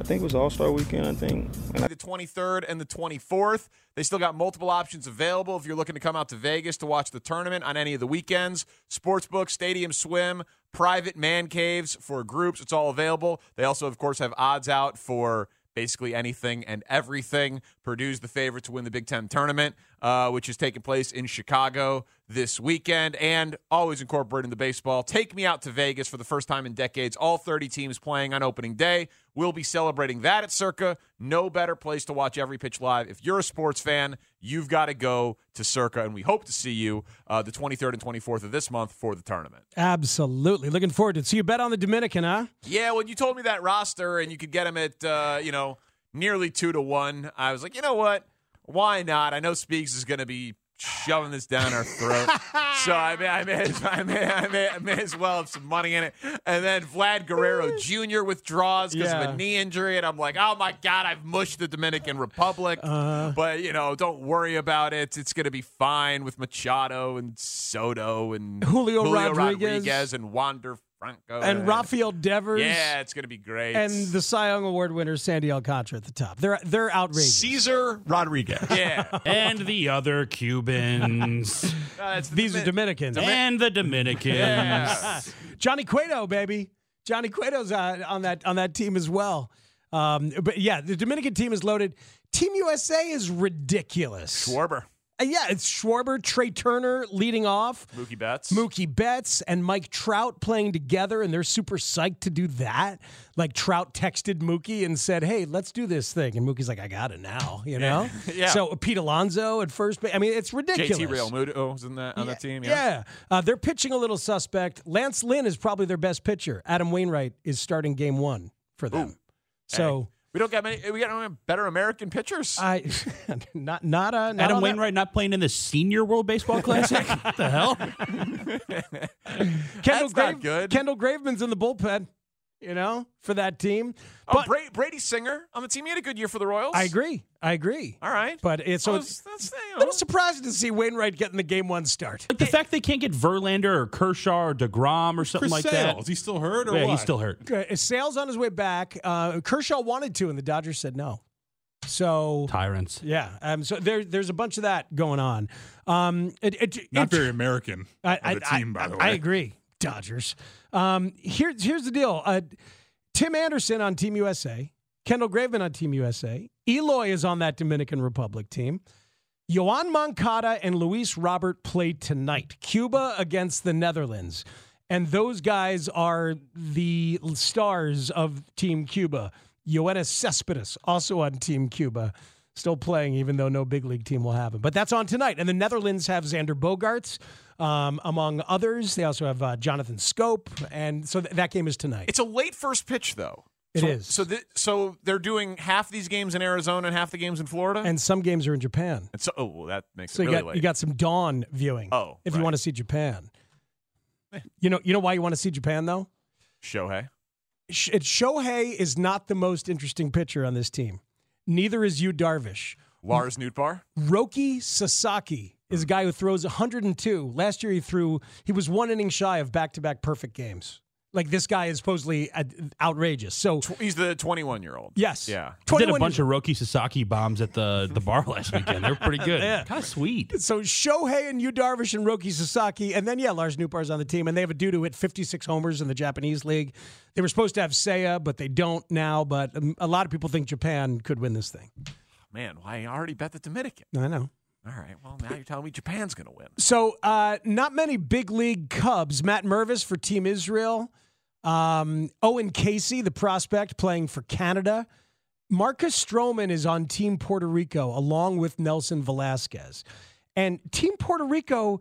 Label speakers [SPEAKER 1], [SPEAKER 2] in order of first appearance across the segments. [SPEAKER 1] I think it was All Star Weekend. I think, and I,
[SPEAKER 2] the 23rd and the 24th. They still got multiple options available if you're looking to come out to Vegas to watch the tournament on any of the weekends. Sportsbook, stadium swim, private man caves for groups. It's all available. They also, of course, have odds out for basically anything and everything. Purdue's the favorite to win the Big Ten tournament, uh, which is taking place in Chicago this weekend. And always incorporating the baseball. Take me out to Vegas for the first time in decades. All 30 teams playing on opening day. We'll be celebrating that at Circa. No better place to watch every pitch live. If you're a sports fan, you've got to go to Circa, and we hope to see you uh, the 23rd and 24th of this month for the tournament.
[SPEAKER 3] Absolutely. Looking forward to it. So you bet on the Dominican, huh?
[SPEAKER 2] Yeah, when you told me that roster and you could get them at uh, you know nearly two to one, I was like, you know what? Why not? I know Speaks is going to be shoving this down our throat, so I may, I may, I may, I may, I may as well have some money in it. And then Vlad Guerrero Jr. withdraws because of
[SPEAKER 3] Yeah.
[SPEAKER 2] a knee injury, and I'm like, oh my god, I've mushed the Dominican Republic.
[SPEAKER 3] Uh-huh.
[SPEAKER 2] but you know, don't worry about it. It's going to be fine with Machado and Soto and
[SPEAKER 3] Julio Rodriguez.
[SPEAKER 2] Rodriguez and Wander Franco
[SPEAKER 3] And Rafael Devers.
[SPEAKER 2] Yeah, it's going to be great.
[SPEAKER 3] And the Cy Young Award winner Sandy Alcantara at the top. They're they're outrageous.
[SPEAKER 4] Caesar Rodriguez.
[SPEAKER 2] yeah,
[SPEAKER 5] and the other Cubans
[SPEAKER 2] Uh, it's the
[SPEAKER 3] These are
[SPEAKER 2] Domin-
[SPEAKER 3] Dominicans.
[SPEAKER 5] and the Dominicans.
[SPEAKER 2] Yeah.
[SPEAKER 3] Johnny Cueto, baby. Johnny Cueto's uh, on that on that team as well. Um, but yeah, the Dominican team is loaded. Team USA is ridiculous.
[SPEAKER 2] Schwarber,
[SPEAKER 3] Uh, yeah, it's Schwarber, Trey Turner leading off,
[SPEAKER 2] Mookie Betts,
[SPEAKER 3] Mookie Betts, and Mike Trout playing together, and they're super psyched to do that. Like Trout texted Mookie and said, "Hey, let's do this thing," and Mookie's like, "I got it now," you know.
[SPEAKER 2] Yeah.
[SPEAKER 3] So Pete Alonso at first, ba- I mean, it's ridiculous.
[SPEAKER 2] JT Real Muto was in that on that team. Yeah.
[SPEAKER 3] Uh, they're pitching a little suspect. Lance Lynn is probably their best pitcher. Adam Wainwright is starting game one for them. So
[SPEAKER 2] we don't got many. We got no better American pitchers.
[SPEAKER 3] I not not uh, not
[SPEAKER 5] Adam
[SPEAKER 3] all that-
[SPEAKER 5] Wainwright not playing in the Senior World Baseball Classic. what the hell?
[SPEAKER 3] Kendall
[SPEAKER 2] That's not good.
[SPEAKER 3] Kendall Graveman's in the bullpen. You know, for that team.
[SPEAKER 2] oh, Brady, Brady Singer on the team. He had a good year for the Royals.
[SPEAKER 3] I agree. I agree.
[SPEAKER 2] All right,
[SPEAKER 3] But it's so
[SPEAKER 2] Oh,
[SPEAKER 3] it's
[SPEAKER 2] that's, that's,
[SPEAKER 3] a little surprising to see Wainwright getting the game one start.
[SPEAKER 5] Like the fact they can't get Verlander or Kershaw or Degrom or something
[SPEAKER 4] Chris
[SPEAKER 5] like
[SPEAKER 4] Sale.
[SPEAKER 5] that.
[SPEAKER 4] Is he still hurt or
[SPEAKER 5] yeah,
[SPEAKER 4] what?
[SPEAKER 5] he's still hurt.
[SPEAKER 3] Okay, Uh, Sales on his way back. Uh, Kershaw wanted to, and the Dodgers said no. So
[SPEAKER 5] Tyrants.
[SPEAKER 3] Yeah. Um, so there, there's a bunch of that going on. Um, it, it,
[SPEAKER 4] Not
[SPEAKER 3] it-
[SPEAKER 4] very American
[SPEAKER 3] I, I,
[SPEAKER 4] of a team,
[SPEAKER 3] I-
[SPEAKER 4] by the way.
[SPEAKER 3] I agree. Dodgers. Um, here's here's the deal. Uh, Tim Anderson on Team USA. Kendall Graveman on Team USA. Eloy is on that Dominican Republic team. Yoan Moncada and Luis Robert play tonight. Cuba against the Netherlands. And those guys are the stars of Team Cuba. Yoenis Cespedes, also on Team Cuba, still playing, even though no big league team will have him. But that's on tonight. And the Netherlands have Xander Bogarts, um, among others. They also have uh, Jonathan Scope. And so th- that game is tonight.
[SPEAKER 2] It's a late first pitch though.
[SPEAKER 3] It
[SPEAKER 2] so,
[SPEAKER 3] is.
[SPEAKER 2] So, thi- so they're doing half these games in Arizona and half the games in Florida.
[SPEAKER 3] and some games are in Japan.
[SPEAKER 2] And so, oh, well, that makes
[SPEAKER 3] So
[SPEAKER 2] it
[SPEAKER 3] you
[SPEAKER 2] really
[SPEAKER 3] got
[SPEAKER 2] late.
[SPEAKER 3] you got some dawn viewing.
[SPEAKER 2] Oh,
[SPEAKER 3] if you
[SPEAKER 2] right.
[SPEAKER 3] want to see Japan,
[SPEAKER 5] Eh.
[SPEAKER 3] you know you know why you want to see Japan though.
[SPEAKER 2] Shohei.
[SPEAKER 3] Sh- it- Shohei is not the most interesting pitcher on this team. Neither is you Darvish.
[SPEAKER 2] Lars Nudbar.
[SPEAKER 3] Roki Sasaki is
[SPEAKER 5] Hmm.
[SPEAKER 3] a guy who throws 102. Last year he threw he was one inning shy of back-to-back perfect games. Like this guy is supposedly uh, outrageous. So
[SPEAKER 2] he's the 21 year old.
[SPEAKER 3] Yes.
[SPEAKER 2] Yeah.
[SPEAKER 5] He did a bunch of Roki Sasaki bombs at the, the bar last weekend. They're pretty good.
[SPEAKER 3] Yeah.
[SPEAKER 5] Kind of sweet.
[SPEAKER 3] So Shohei and Yu Darvish and Roki Sasaki, and then yeah, Lars Newbar's on the team, and they have a dude who hit 56 homers in the Japanese league. They were supposed to have Seiya, but they don't now. But um, a lot of people think Japan could win this thing.
[SPEAKER 2] Man, well, I already bet the Dominican.
[SPEAKER 3] I know.
[SPEAKER 2] All right. Well, now you're telling me Japan's going to win.
[SPEAKER 3] So uh, not many big league Cubs. Matt Mervis for Team Israel. Um, Owen Casey, the prospect, playing for Canada. Marcus Stroman is on Team Puerto Rico along with Nelson Velasquez. And Team Puerto Rico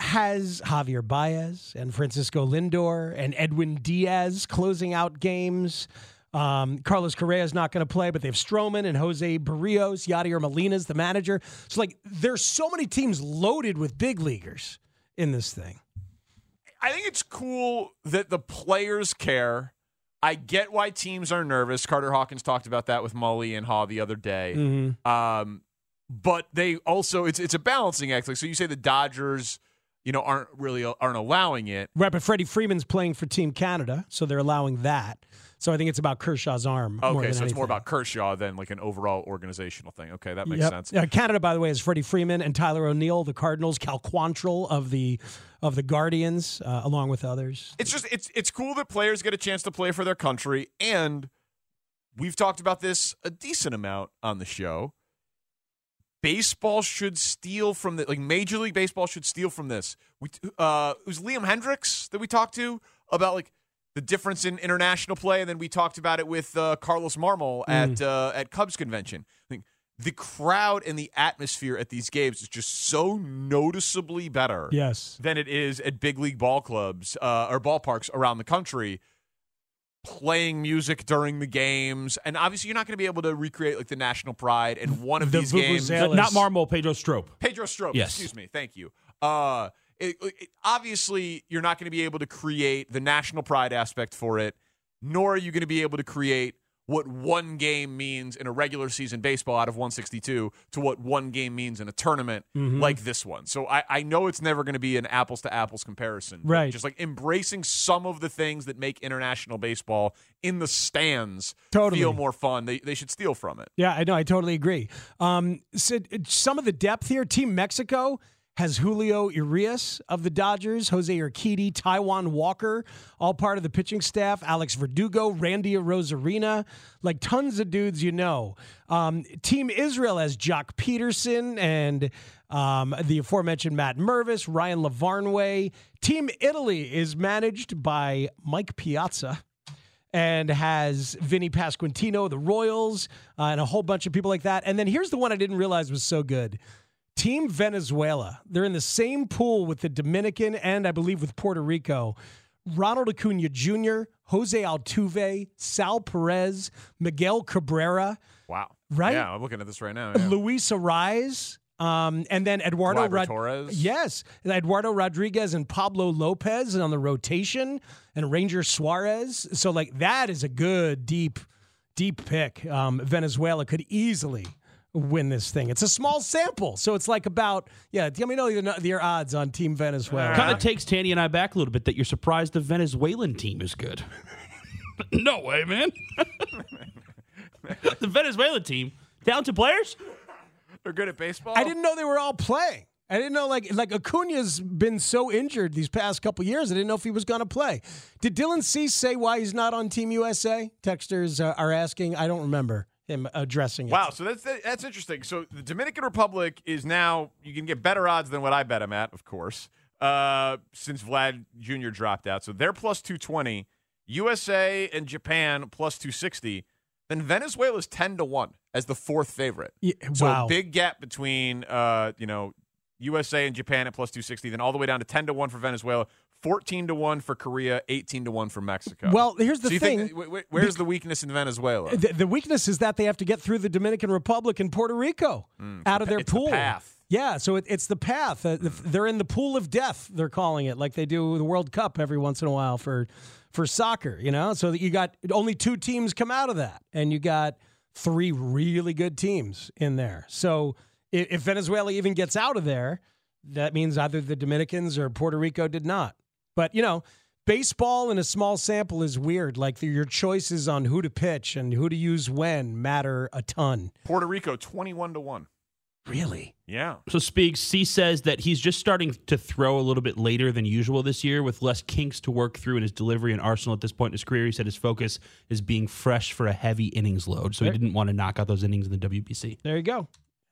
[SPEAKER 3] has Javier Baez and Francisco Lindor and Edwin Diaz closing out games. Um, Carlos Correa is not going to play, but they have Stroman and Jose Barrios. Yadier Molina's the manager. So, like, there's so many teams loaded with big leaguers in this thing.
[SPEAKER 2] I think it's cool that the players care. I get why teams are nervous. Carter Hawkins talked about that with Mully and Haw the other day.
[SPEAKER 3] Mm-hmm.
[SPEAKER 2] Um, but they also it's it's a balancing act. Like so, you say the Dodgers, you know, aren't really aren't allowing it.
[SPEAKER 3] Right, but Freddie Freeman's playing for Team Canada, so they're allowing that. So I think it's about Kershaw's arm.
[SPEAKER 2] Okay,
[SPEAKER 3] more than
[SPEAKER 2] so it's more
[SPEAKER 3] anything.
[SPEAKER 2] about Kershaw than like an overall organizational thing. Okay, that makes
[SPEAKER 3] Yep.
[SPEAKER 2] sense.
[SPEAKER 3] Uh, Canada, by the way, is Freddie Freeman and Tyler O'Neill, the Cardinals, Cal Quantrill of the of the Guardians, uh, along with others.
[SPEAKER 2] It's just it's it's cool that players get a chance to play for their country, and we've talked about this a decent amount on the show. Baseball should steal from the like Major League Baseball should steal from this. We uh, it was Liam Hendricks that we talked to about like the difference in international play, and then we talked about it with uh, Carlos Marmol at uh, at Cubs convention. I think the crowd and the atmosphere at these games is just so noticeably better
[SPEAKER 3] Yes.
[SPEAKER 2] than it is at big league ball clubs uh, or ballparks around the country playing music during the games and obviously you're not going to be able to recreate like the national pride in one of
[SPEAKER 3] The
[SPEAKER 2] these games
[SPEAKER 3] Vuvuzela.
[SPEAKER 5] Not Marmol, Pedro Strope.
[SPEAKER 2] pedro strope
[SPEAKER 5] Yes.
[SPEAKER 2] excuse me thank you uh, it- it- obviously you're not going to be able to create the national pride aspect for it nor are you going to be able to create what one game means in a regular season baseball out of 162 to what one game means in a tournament
[SPEAKER 3] Mm-hmm.
[SPEAKER 2] like this one. So I, I know it's never going to be an apples to apples comparison. but
[SPEAKER 3] Right.
[SPEAKER 2] Just like embracing some of the things that make international baseball in the stands
[SPEAKER 3] Totally.
[SPEAKER 2] feel more fun. They, they should steal from it.
[SPEAKER 3] Yeah, I know. I totally agree. Um, so it- some of the depth here. Team Mexico has Julio Urias of the Dodgers, Jose Urquidy, Taiwan Walker, all part of the pitching staff. Alex Verdugo, Randy Rosarina, like tons of dudes you know. Um, Team Israel has Jock Peterson and um, the aforementioned Matt Mervis, Ryan Lavarnway. Team Italy is managed by Mike Piazza and has Vinny Pasquantino, the Royals, uh, and a whole bunch of people like that. And then here's the one I didn't realize was so good. Team Venezuela. They're in the same pool with the Dominican and I believe with Puerto Rico. Ronald Acuna Jr., Jose Altuve, Sal Perez, Miguel Cabrera,
[SPEAKER 2] Wow.
[SPEAKER 3] Right?
[SPEAKER 2] Yeah, I'm looking at this right now. yeah.
[SPEAKER 3] Luis Ariz, um, and then Eduardo
[SPEAKER 2] Gleyber Torres.
[SPEAKER 3] Yes, and Eduardo Rodriguez and Pablo Lopez on the rotation, and Ranger Suarez. So like that is a good deep, deep pick. Um, Venezuela could easily win this thing. It's a small sample, so it's like about yeah. Let me know your, your odds on Team
[SPEAKER 4] Ah.
[SPEAKER 3] Venezuela.
[SPEAKER 5] Kind of takes Tanny and I back a little bit that you're surprised the Venezuelan team is good. no way, man. the Venezuelan team, talented players.
[SPEAKER 2] They're good at baseball.
[SPEAKER 3] I didn't know they were all playing. I didn't know like like Acuna's been so injured these past couple years. I didn't know if he was going to play. Did Dylan Cease say why he's not on Team USA? Texters uh, are asking. I don't remember him addressing it.
[SPEAKER 2] Wow, so that's that, that's interesting. So the Dominican Republic is now you can get better odds than what I bet them at, of course, uh, since Vlad Jr. dropped out. So they're plus two twenty, USA and Japan plus two sixty. Then Venezuela's ten to one as the fourth favorite.
[SPEAKER 3] Yeah,
[SPEAKER 2] So
[SPEAKER 3] wow.
[SPEAKER 2] big gap between uh, you know USA and Japan at plus two sixty, then all the way down to ten to one for Venezuela. 14 to 1 for Korea, 18 to 1 for Mexico.
[SPEAKER 3] Well, here's the
[SPEAKER 2] So you
[SPEAKER 3] thing.
[SPEAKER 2] Think, wh- wh- where's the weakness in Venezuela?
[SPEAKER 3] The, the weakness is that they have to get through the Dominican Republic and Puerto Rico out of their
[SPEAKER 2] it's the
[SPEAKER 3] pool.
[SPEAKER 2] path.
[SPEAKER 3] Yeah, so it, it's the path. Uh, the- They're in the pool of death. They're calling it like they do the World Cup every once in a while for for soccer. You know, so that you got only two teams come out of that, and you got three really good teams in there. So if, if Venezuela even gets out of there, that means either the Dominicans or Puerto Rico did not. But you know, baseball in a small sample is weird. Like the, your choices on who to pitch and who to use when matter a ton.
[SPEAKER 2] Puerto Rico, 21 to 1.
[SPEAKER 3] Really?
[SPEAKER 2] Yeah.
[SPEAKER 5] So Speaks, C says that he's just starting to throw a little bit later than usual this year with less kinks to work through in his delivery and Arsenal at this point in his career. He said his focus is being fresh for a heavy innings load, so he
[SPEAKER 3] There-
[SPEAKER 5] didn't want to knock out those innings in the WBC.
[SPEAKER 3] There you go.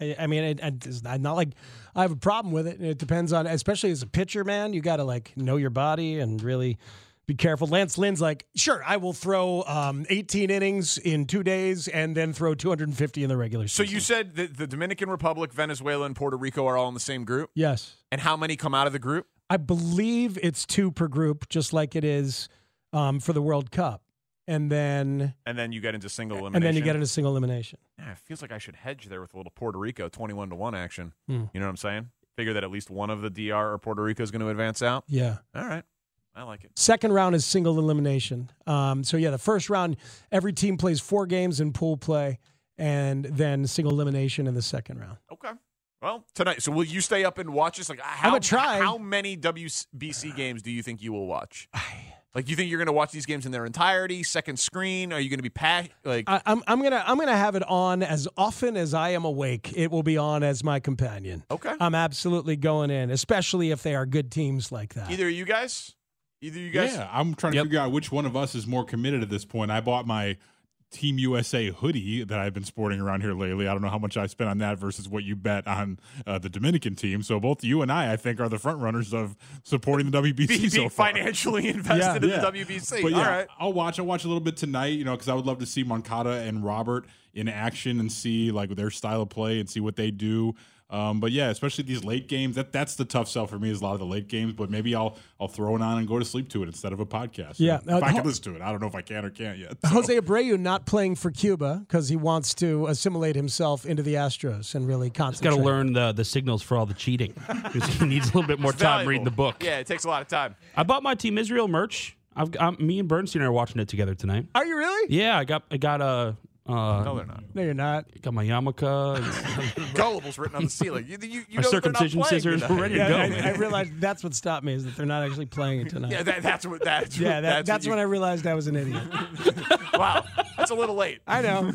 [SPEAKER 3] I, I mean, it, it- it's not not like I have a problem with it. It depends on, especially as a pitcher, man. You got to like know your body and really be careful. Lance Lynn's like, sure, I will throw um, 18 innings in two days and then throw 250 in the regular
[SPEAKER 2] So
[SPEAKER 3] season.
[SPEAKER 2] you said that the Dominican Republic, Venezuela, and Puerto Rico are all in the same group?
[SPEAKER 3] yes,
[SPEAKER 2] And how many come out of the group?
[SPEAKER 3] I believe it's two per group, just like it is um, for the World Cup, and then
[SPEAKER 2] And then you get into single elimination.
[SPEAKER 3] and then you get into single elimination.
[SPEAKER 2] Yeah, it feels like I should hedge there with a little Puerto Rico 21 to 1 action.
[SPEAKER 3] Hmm.
[SPEAKER 2] You know what I'm saying? Figure that at least one of the DR or Puerto Rico is going to advance out.
[SPEAKER 3] Yeah.
[SPEAKER 2] All right. I like it.
[SPEAKER 3] Second round is single elimination. Um, so yeah, the first round, every team plays four games in pool play, and then single elimination in the second round.
[SPEAKER 2] Okay. Well, tonight. So will you stay up and watch this? Like, how,
[SPEAKER 3] gonna try.
[SPEAKER 2] How many WBC games do you think you will watch? Like, you think you're going to watch these games in their entirety? Second screen? Are you going to be packed? Like,
[SPEAKER 3] I, I'm I'm gonna I'm gonna have it on as often as I am awake. It will be on as my companion.
[SPEAKER 2] okay.
[SPEAKER 3] I'm absolutely going in, especially if they are good teams like that.
[SPEAKER 2] Either of you guys? Either of you guys?
[SPEAKER 4] yeah, I'm trying to
[SPEAKER 5] Yep.
[SPEAKER 4] figure out which one of us is more committed at this point. I bought my Team USA hoodie that I've been sporting around here lately. I don't know how much I spent on that versus what you bet on uh, the Dominican team. So both you and I, I think, are the front runners of supporting the WBC
[SPEAKER 2] Be,
[SPEAKER 4] so
[SPEAKER 2] being
[SPEAKER 4] far.
[SPEAKER 2] financially invested
[SPEAKER 4] Yeah.
[SPEAKER 2] in the WBC.
[SPEAKER 4] But yeah,
[SPEAKER 2] All right.
[SPEAKER 4] I'll watch. I'll watch a little bit tonight, you know, because I would love to see Moncada and Robert in action and see like their style of play and see what they do. Um, but yeah, especially these late games. That that's the tough sell for me is a lot of the late games. But maybe I'll I'll throw it on and go to sleep to it instead of a podcast.
[SPEAKER 3] Yeah.
[SPEAKER 4] if I
[SPEAKER 3] Uh,
[SPEAKER 4] can listen to it. I don't know if I can or can't yet. so.
[SPEAKER 3] Jose Abreu not playing for Cuba because he wants to assimilate himself into the Astros and really concentrate.
[SPEAKER 5] Got to learn the the signals for all the cheating because he needs a little bit more
[SPEAKER 2] It's
[SPEAKER 5] time
[SPEAKER 2] valuable.
[SPEAKER 5] reading the book.
[SPEAKER 2] Yeah, it takes a lot of time.
[SPEAKER 5] I bought my Team Israel merch. I've I'm, me and Bernstein are watching it together tonight.
[SPEAKER 3] Are you really?
[SPEAKER 5] Yeah, I got I got a. Uh,
[SPEAKER 2] No, they're not.
[SPEAKER 3] No, you're not.
[SPEAKER 5] Got my yarmulke,
[SPEAKER 2] Gullible's written on the ceiling. You, you, you
[SPEAKER 5] my
[SPEAKER 2] know they're not
[SPEAKER 5] circumcision
[SPEAKER 2] playing
[SPEAKER 5] scissors.
[SPEAKER 2] tonight.
[SPEAKER 5] We're ready to
[SPEAKER 3] Yeah,
[SPEAKER 5] go. man.
[SPEAKER 3] I, I realized that's what stopped me is that they're not actually playing it tonight.
[SPEAKER 2] Yeah, that, that's what that's
[SPEAKER 3] Yeah,
[SPEAKER 2] what-
[SPEAKER 3] that, that's,
[SPEAKER 2] what
[SPEAKER 3] when I realized I was an idiot.
[SPEAKER 2] you- wow. That's a little late.
[SPEAKER 3] I know.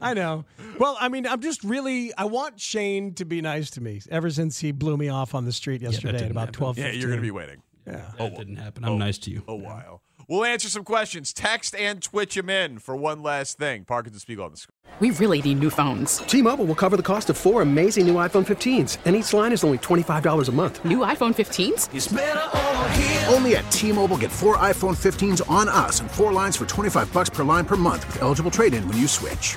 [SPEAKER 3] I know. Well, I mean, I'm just really, I want Shane to be nice to me ever since he blew me off on the street yesterday at
[SPEAKER 5] didn't
[SPEAKER 3] about
[SPEAKER 5] happen.
[SPEAKER 3] 12
[SPEAKER 2] Yeah, you're gonna be waiting
[SPEAKER 5] That didn't happen. I'm nice to you.
[SPEAKER 2] a while. We'll answer some questions. Text and twitch them in for one last thing. Parkinson Spiegel on the screen.
[SPEAKER 6] We really need new phones.
[SPEAKER 7] T-Mobile will cover the cost of four amazing new iPhone 15s, and each line is only $25 a month.
[SPEAKER 6] New iPhone 15s?
[SPEAKER 8] Only at T-Mobile, get four iPhone 15s on us and four lines for 25 bucks per line per month with eligible trade-in when you switch.